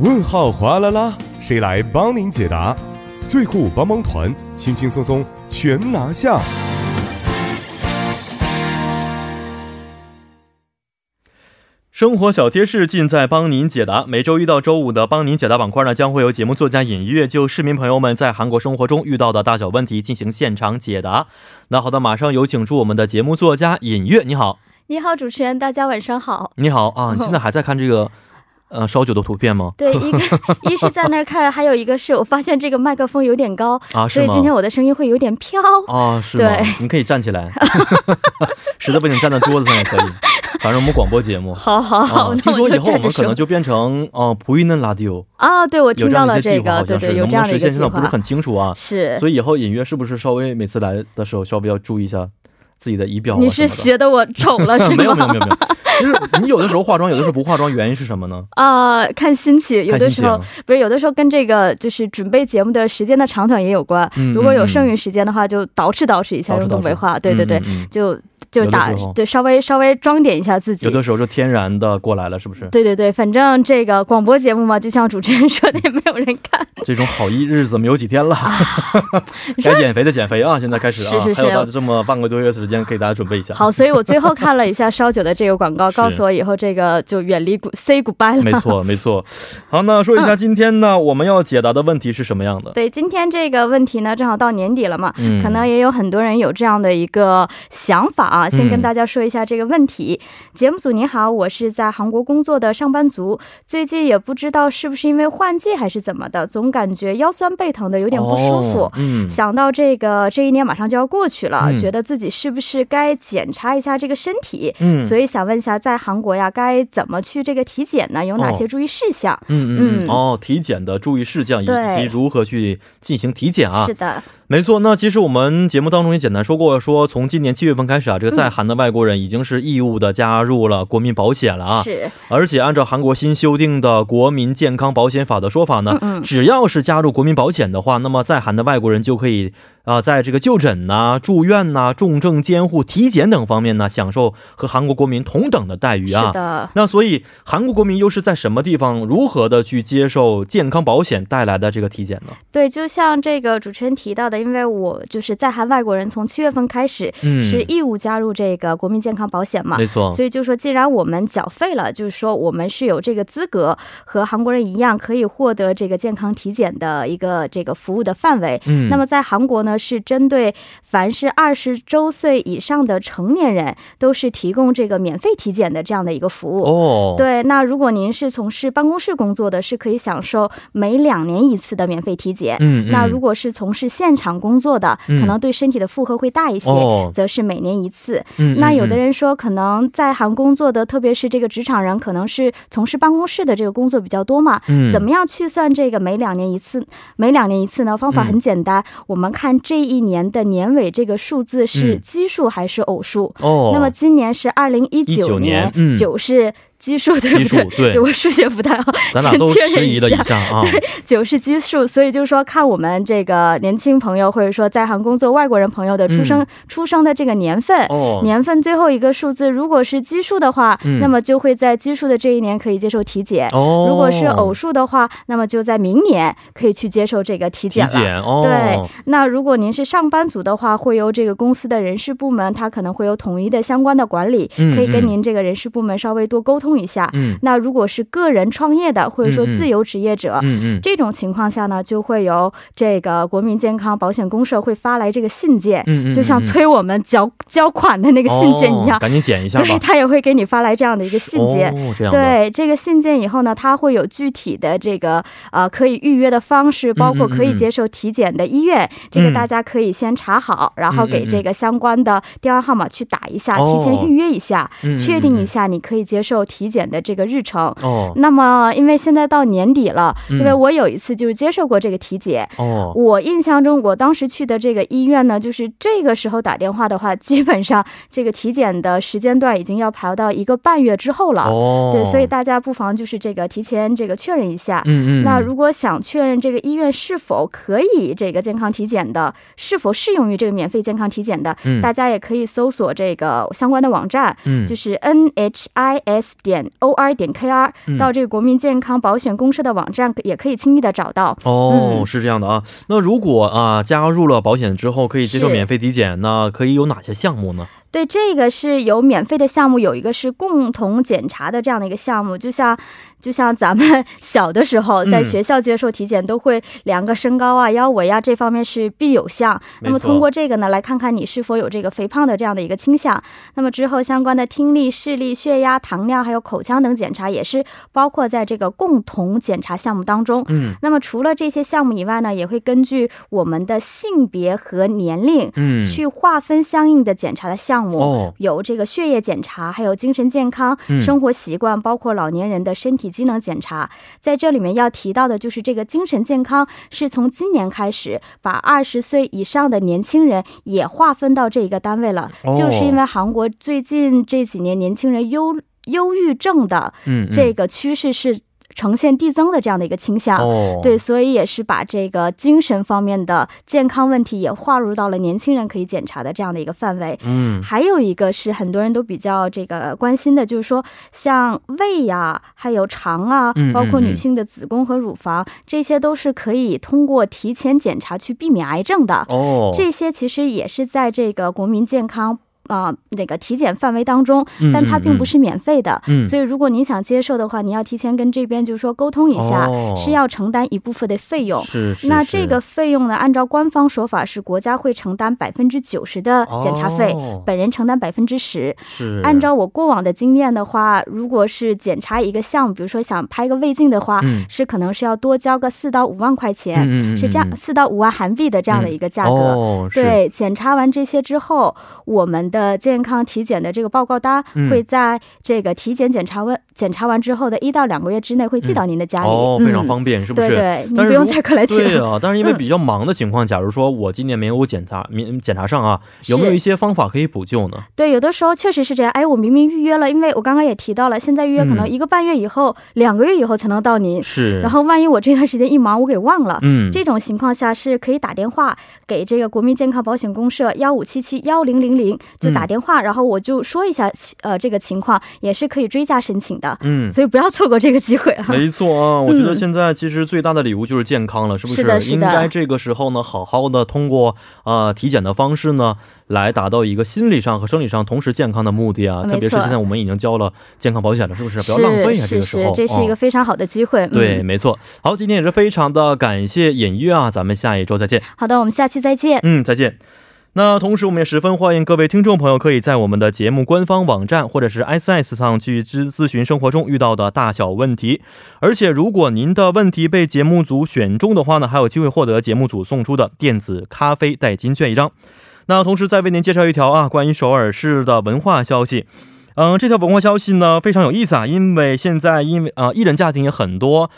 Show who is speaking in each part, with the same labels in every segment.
Speaker 1: 问号哗啦啦，谁来帮您解答？最酷帮帮团，轻轻松松全拿下。
Speaker 2: 生活小贴士尽在帮您解答。每周一到周五的帮您解答板块呢，将会有节目作家尹月就市民朋友们在韩国生活中遇到的大小问题进行现场解答。那好的，马上有请出我们的节目作家尹月，你好，
Speaker 3: 你好，主持人，大家晚 上好。
Speaker 2: 你好啊！你现在还在看这个呃烧酒的图片吗？
Speaker 3: 对，一个一是在那儿看，还有一个是我发现这个麦克风有点高，
Speaker 2: 啊，
Speaker 3: 所
Speaker 2: 是
Speaker 3: 以
Speaker 2: 吗
Speaker 3: 今？天我的声音会有点飘。
Speaker 2: 啊，是吗
Speaker 3: 对？
Speaker 2: 你可以站起来，实在不行站在桌子上也可以。反正我们广播节目，
Speaker 3: 好好好，
Speaker 2: 啊，听
Speaker 3: 那我
Speaker 2: 说
Speaker 3: 就
Speaker 2: 以后我
Speaker 3: 站着
Speaker 2: 们可
Speaker 3: 说
Speaker 2: 能就变成呃普语嫩拉迪欧，
Speaker 3: 啊，对，我
Speaker 2: 有
Speaker 3: 听
Speaker 2: 样
Speaker 3: 到
Speaker 2: 的
Speaker 3: 了
Speaker 2: 一些计
Speaker 3: 这
Speaker 2: 划，
Speaker 3: 个，
Speaker 2: 好
Speaker 3: 对
Speaker 2: 像是
Speaker 3: 对，有
Speaker 2: 能
Speaker 3: 这
Speaker 2: 不能
Speaker 3: 样的
Speaker 2: 实
Speaker 3: 一个
Speaker 2: 现
Speaker 3: 计
Speaker 2: 现在不是
Speaker 3: 划。
Speaker 2: 很清楚啊。
Speaker 3: 是，
Speaker 2: 所以以后尹月是不是稍微每次来的时候，稍微要注意一下自己的仪表啊
Speaker 3: 你
Speaker 2: 什么
Speaker 3: 是
Speaker 2: 的？嗯
Speaker 3: 学的我丑了 是
Speaker 2: 没有没有
Speaker 3: 吗？
Speaker 2: 没有没有，就是你有的时候化妆，有的时候不化妆，原因是什么呢？
Speaker 3: 啊，看心情， 有
Speaker 2: 看
Speaker 3: 的
Speaker 2: 心情
Speaker 3: 时候不是，有的时候跟这个就是准备节目的时间的长短也有关。
Speaker 2: 嗯
Speaker 3: 如果
Speaker 2: 嗯
Speaker 3: 有
Speaker 2: 嗯
Speaker 3: 剩余时间的话，就捯饬捯饬一下，
Speaker 2: 捯饬
Speaker 3: 用东
Speaker 2: 捯饬
Speaker 3: 北话，对对对
Speaker 2: 嗯，嗯嗯
Speaker 3: 就就
Speaker 2: 有的
Speaker 3: 打
Speaker 2: 时候
Speaker 3: 对，稍微稍微装点一下自己。
Speaker 2: 有的时候就天然的过来了，是不是？
Speaker 3: 对对对，反正这个广播节目嘛，就像主持人说的，也没有人 看。
Speaker 2: 这种好一日子没有几天了， 该减肥的减肥啊！现在开始啊，
Speaker 3: 啊是是是
Speaker 2: 还有到这么半个多月的时间，给大家准备一下。
Speaker 3: 好，所以我最后看了一下烧酒的这个广 告，
Speaker 2: 是
Speaker 3: 告诉我以后这个就远离 good say goodbye 了。
Speaker 2: 没。错没错。好，那说一下今天呢，我们要解答的问题是什么样的？
Speaker 3: 对，今天这个问题呢，正好到年底了嘛，
Speaker 2: 嗯
Speaker 3: 可能也有很多人有这样的一个想法
Speaker 2: 嗯
Speaker 3: 啊。先跟大家说一下这个问题。节目组你好，我是在韩国工作的上班族，最近也不知道是不是因为换季还是怎么的，总感觉腰酸背疼的，有
Speaker 2: 有
Speaker 3: 点不舒服。
Speaker 2: 嗯，
Speaker 3: 想到这个这一年马上就要过去了、
Speaker 2: 嗯
Speaker 3: 觉得自己是不是该检查一下这个身体？
Speaker 2: 嗯
Speaker 3: 所以想问一下，在韩国呀，该怎么去这个体检呢？有哪些注意事项？
Speaker 2: 嗯嗯嗯
Speaker 3: 嗯
Speaker 2: 哦，体检的注意事项以及
Speaker 3: 对
Speaker 2: 如何去进行体检啊
Speaker 3: 是？的，
Speaker 2: 没错，那其实我们节目当中也简单说过，说从今年七月份开始啊，这个在韩的外国人已经是义务的加入了国民保险了啊。
Speaker 3: 是
Speaker 2: 而且按照韩国新修订的《国民健康保险法》的说法呢，
Speaker 3: 嗯嗯
Speaker 2: 只要是加入国民保险的话，那么在韩的外国人就可以啊、呃在这个就诊呐、住院呐、重症监护、体检等方面呢，享受和韩国国民同等的待遇啊。
Speaker 3: 是的，
Speaker 2: 那所以韩国国民又是在什么地方如何的去接受健康保险带来的这个体检呢？
Speaker 3: 对，就像这个主持人提到的，因为我就是在韩外国人从七月份开始
Speaker 2: 嗯
Speaker 3: 是义务加入这个国民健康保险嘛。
Speaker 2: 没错，
Speaker 3: 啊所以就说，既然我们缴费了，就是说我们是有这个资格和韩国人一样，可以获得这个健康体检的一个这个服务的范围。
Speaker 2: 嗯，
Speaker 3: 那么在韩国呢，是针对凡是二十周岁以上的成年人，都是提供这个免费体检的这样的一个服务。
Speaker 2: 哦，，
Speaker 3: 对，那如果您是从事办公室工作的，是可以享受每两年一次的免费体检。
Speaker 2: 嗯，嗯
Speaker 3: 那如果是从事现场工作的，
Speaker 2: 嗯
Speaker 3: 可能对身体的负荷会大一些，
Speaker 2: 哦
Speaker 3: 则是每年一次。
Speaker 2: 嗯嗯
Speaker 3: 那有的
Speaker 2: 嗯
Speaker 3: 人说，可能在韩工作的，特别是这个职场人，可能是从事办公室的这个工作比较多嘛。
Speaker 2: 嗯
Speaker 3: 怎么样去算这个每两年一次？每两年一次呢？方法
Speaker 2: 嗯
Speaker 3: 很简单，我们看这一年的年尾这个数字是
Speaker 2: 嗯
Speaker 3: 奇数还是偶数。
Speaker 2: 哦，
Speaker 3: 那么今年是二零一
Speaker 2: 19
Speaker 3: 九
Speaker 2: 年
Speaker 3: 年
Speaker 2: 嗯，
Speaker 3: 九、是奇数，对不
Speaker 2: 基数
Speaker 3: 对？
Speaker 2: 对
Speaker 3: 我数学不太好，
Speaker 2: 咱俩都
Speaker 3: 先确
Speaker 2: 迟
Speaker 3: 认
Speaker 2: 疑了一下啊，
Speaker 3: 九是基数，所以就是说，看我们这个年轻朋友，或者说在韩工作外国人朋友的出生、
Speaker 2: 嗯
Speaker 3: 出生的这个年份。
Speaker 2: 哦，
Speaker 3: 年份最后一个数字，如果是奇数的话、
Speaker 2: 嗯
Speaker 3: 那么就会在奇数的这一年可以接受体检；
Speaker 2: 哦，
Speaker 3: 如果是偶数的话，那么就在明年可以去接受这个体
Speaker 2: 体
Speaker 3: 检了。
Speaker 2: 检哦，
Speaker 3: 对，那如果您是上班族的话，会由这个公司的人事部门，它可能会有统一的相关的管理，
Speaker 2: 嗯
Speaker 3: 可以跟
Speaker 2: 嗯
Speaker 3: 您这个人事部门稍微多沟通一下。
Speaker 2: 嗯
Speaker 3: 那如果是个人创业的，或者说
Speaker 2: 嗯嗯
Speaker 3: 自由职业者，
Speaker 2: 嗯嗯，
Speaker 3: 这种情况下呢，就会由这个国民健康保险公社会发来这个信件，
Speaker 2: 嗯嗯嗯
Speaker 3: 就像催我们缴 缴款的那个信件一
Speaker 2: 哦
Speaker 3: 样，
Speaker 2: 赶紧检一下
Speaker 3: 对
Speaker 2: 吧，
Speaker 3: 他也会给你发来这样的一个信件。
Speaker 2: 哦，这样的，
Speaker 3: 对这个信件以后呢，它会有具体的这个呃可以预约的方式，包
Speaker 2: 嗯
Speaker 3: 括可以接受体检的医院，这个大家可以先查好，然后给这个相关的电话号码去打一下，
Speaker 2: 嗯哦
Speaker 3: 提前预约一下，
Speaker 2: 嗯
Speaker 3: 确定一
Speaker 2: 下
Speaker 3: 下你可以接受体检的这个日程。
Speaker 2: 哦
Speaker 3: 那么，因为现在到年底了，
Speaker 2: 嗯
Speaker 3: 因为我有一次就是接受过这个体检，
Speaker 2: 哦，
Speaker 3: 我印象中我当时去的这个医院呢，就是这个时候打电话的话，基本上这个体检的时间段已经要排到一个半月之后了。
Speaker 2: 哦，
Speaker 3: 对，所以大家不妨就是这个提前这个确认一下。
Speaker 2: 嗯嗯，
Speaker 3: 那如果想确认这个医院是否可以这个健康体检的，是否适用于这个免费健康体检的，
Speaker 2: 嗯
Speaker 3: 大家也可以搜索这个相关的网站，
Speaker 2: 嗯
Speaker 3: 就是 NHISD 点 o r 点 k r
Speaker 2: 嗯
Speaker 3: 到这个国民健康保险公社的网站，也可以轻易的找到。
Speaker 2: 哦，
Speaker 3: 嗯
Speaker 2: 是这样的啊。那如果啊加入了保险之后可以接受
Speaker 3: 是
Speaker 2: 免费体检，那可以有哪些项目呢？
Speaker 3: 对，这个是有免费的项目，有一个是共同检查的这样的一个项目，就像就像咱们 小的时候在
Speaker 2: 嗯
Speaker 3: 学校接受体检，都会量个身高啊、腰围啊这方面是必有项。
Speaker 2: 没
Speaker 3: 那么
Speaker 2: 错
Speaker 3: 通过这个呢，来看看你是否有这个肥胖的这样的一个倾向。那么之后相关的听力、视力、血压、糖尿还有口腔等检查也是包括在这个共同检查项目当中。
Speaker 2: 嗯
Speaker 3: 那么除了这些项目以外呢，也会根据我们的性别和年龄
Speaker 2: 嗯，
Speaker 3: 去划分相应的检查的项目。
Speaker 2: 哦，
Speaker 3: 有这个血液检查，还有精神健康、
Speaker 2: 嗯
Speaker 3: 生活习惯，包括老年人的身体机能检查。在这里面要提到的就是，这个精神健康是从今年开始把二十岁以上的年轻人也划分到这一个单位了，
Speaker 2: 哦
Speaker 3: 就是因为韩国最近这几年年轻人忧忧郁症的
Speaker 2: 嗯，
Speaker 3: 这
Speaker 2: 个
Speaker 3: 个趋势是呈现递增的这样的一个倾向。
Speaker 2: 哦，
Speaker 3: 对，，所以也是把这个精神方面的健康问题也划入到了年轻人可以检查的这样的一个范围。
Speaker 2: 嗯，
Speaker 3: 还有一个是很多人都比较这个关心的，就是说像胃呀、还有肠啊
Speaker 2: 嗯嗯，
Speaker 3: 包括女性的子宫和乳房，这些都是可以通过提前检查去避免癌症的。
Speaker 2: 哦，
Speaker 3: 这些其实也是在这个国民健康。啊、那个体检范围当中，
Speaker 2: 嗯
Speaker 3: 但它并不是免费的，
Speaker 2: 嗯嗯嗯
Speaker 3: 所以如果您想接受的话，你要提前跟这边就是说沟通一下，
Speaker 2: 哦
Speaker 3: 是要承担一部分的费用。
Speaker 2: 是是，
Speaker 3: 那
Speaker 2: 是
Speaker 3: 这个费用呢，按照官方说法是国家会承担百分之九十的检查费，
Speaker 2: 哦
Speaker 3: 本人承担百分之十。
Speaker 2: 是
Speaker 3: 按照我过往的经验的话，如果是检查一个项目，比如说想拍个胃镜的话，
Speaker 2: 嗯
Speaker 3: 是可能是要多交个四到五万块
Speaker 2: 嗯
Speaker 3: 钱，
Speaker 2: 嗯嗯
Speaker 3: 是这样
Speaker 2: 嗯
Speaker 3: 四到五万韩币的这样的一个价格。
Speaker 2: 哦，是
Speaker 3: 对，检查完这些之后，我们的健康体检的这个报告单
Speaker 2: 嗯
Speaker 3: 会在这个体检检查完、检查完之后的一到两个月之内会寄到您的家里，
Speaker 2: 哦，非常
Speaker 3: 嗯
Speaker 2: 方便，是不
Speaker 3: 对
Speaker 2: 是？
Speaker 3: 对，你
Speaker 2: 但是
Speaker 3: 不用
Speaker 2: 如
Speaker 3: 再过来取
Speaker 2: 对
Speaker 3: 了。
Speaker 2: 啊，但是因为
Speaker 3: 嗯
Speaker 2: 比较忙的情况，假如说我今年没有检查，没检查上啊，有没有
Speaker 3: 是
Speaker 2: 一些方法可以补救呢？
Speaker 3: 对，有的时候确实是这样。哎，我明明预约了，因为我刚刚也提到了，现在预约可能
Speaker 2: 嗯
Speaker 3: 一个半月以后、两个月以后才能到您。
Speaker 2: 是，
Speaker 3: 然后万一我这段时间一忙，我给忘了。
Speaker 2: 嗯，
Speaker 3: 这种情况下是可以打电话给这个国民健康保险公社幺五七七幺零零零，
Speaker 2: 嗯
Speaker 3: 就打电话、然后我就说一下呃这个情况，也是可以追加申请的，
Speaker 2: 嗯。
Speaker 3: 所以不要错过这个机会 啊。
Speaker 2: 没错啊，我觉得
Speaker 3: 嗯
Speaker 2: 现在其实最大的礼物就是健康了，是不
Speaker 3: 是的是的
Speaker 2: 应该这个时候呢，好好的通过呃体检的方式呢，来达到一个心理上和生理上同时健康的目的啊。
Speaker 3: 没错
Speaker 2: 特别是现在我们已经交了健康保险了，是不是？不
Speaker 3: 是
Speaker 2: 要浪费啊，这
Speaker 3: 是
Speaker 2: 个时候。
Speaker 3: 是，这是一个
Speaker 2: 哦
Speaker 3: 非常好的机会。
Speaker 2: 对，
Speaker 3: 嗯，
Speaker 2: 没错。好，今天也是非常的感谢尹月啊，咱们下一周再见。
Speaker 3: 好的，我们下期再见。
Speaker 2: 嗯，再见。那同时，我们也十分欢迎各位听众朋友可以在我们的节目官方网站或者是 S S 上去咨咨询生活中遇到的大小问题。而且，如果您的问题被节目组选中的话呢，还有机会获得节目组送出的电子咖啡代金券一张。那同时再为您介绍一条啊，关于首尔市的文化消息。嗯、这条文化消息呢非常有意思啊，因为现在因为啊、艺人家庭也很多，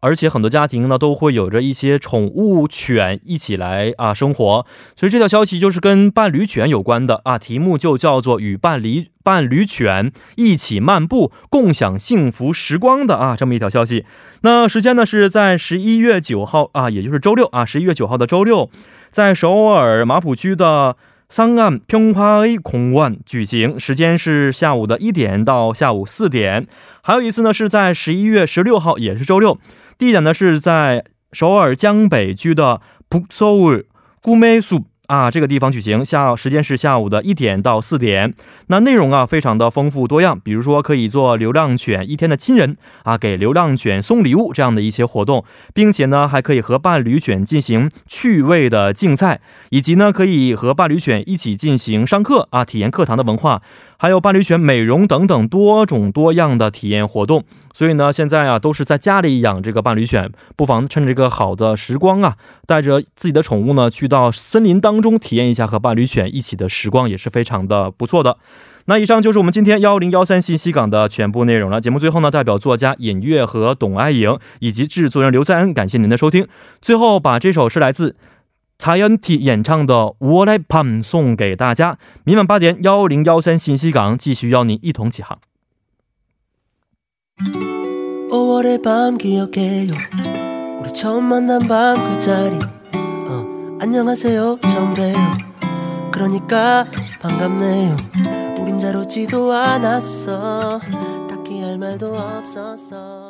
Speaker 2: 而且很多家庭呢都会有着一些宠物犬一起来啊生活，所以这条消息就是跟伴侣犬有关的啊，题目就叫做“与伴侣伴侣犬一起漫步，共享幸福时光”的啊这么一条消息。那时间呢是在十一月九号啊，也就是周六啊，十一月九号的周六，在首尔马浦区的。桑岸평화의공원举行，时间是下午的一点到下午四点。还有一次呢，是在十一月十六号，也是周六，地点呢是在首尔江北区的북서울 구매숲啊这个地方举行，下时间是下午的一点到四点。那内容啊非常的丰富多样，比如说可以做流浪犬一天的亲人啊，给流浪犬送礼物这样的一些活动，并且呢还可以和伴侣犬进行趣味的竞赛，以及呢可以和伴侣犬一起进行上课啊，体验课堂的文化，还有伴侣犬美容等等多种多样的体验活动。所以呢，现在啊都是在家里养这个伴侣犬，不妨趁这个好的时光啊，带着自己的宠物呢，去到森林当中体验一下和伴侣犬一起的时光，也是非常的不错的。那以上就是我们今天幺零幺三信息港的全部内容了。节目最后呢，代表作家尹月和董爱颖以及制作人刘在恩，感谢您的收听。最后把这首是来自。查恩体演唱的《我来밤》送给大家。明晚八点，幺零幺三信息港继续邀您一同起航。
Speaker 4: 5월의 밤 기억해요 우리 처음 만난 밤 그 자리 어, 안녕하세요 처음 봬요 그러니까 반갑네요 우린 잘 오지도 않았어 딱히 할 말은 별도 없었어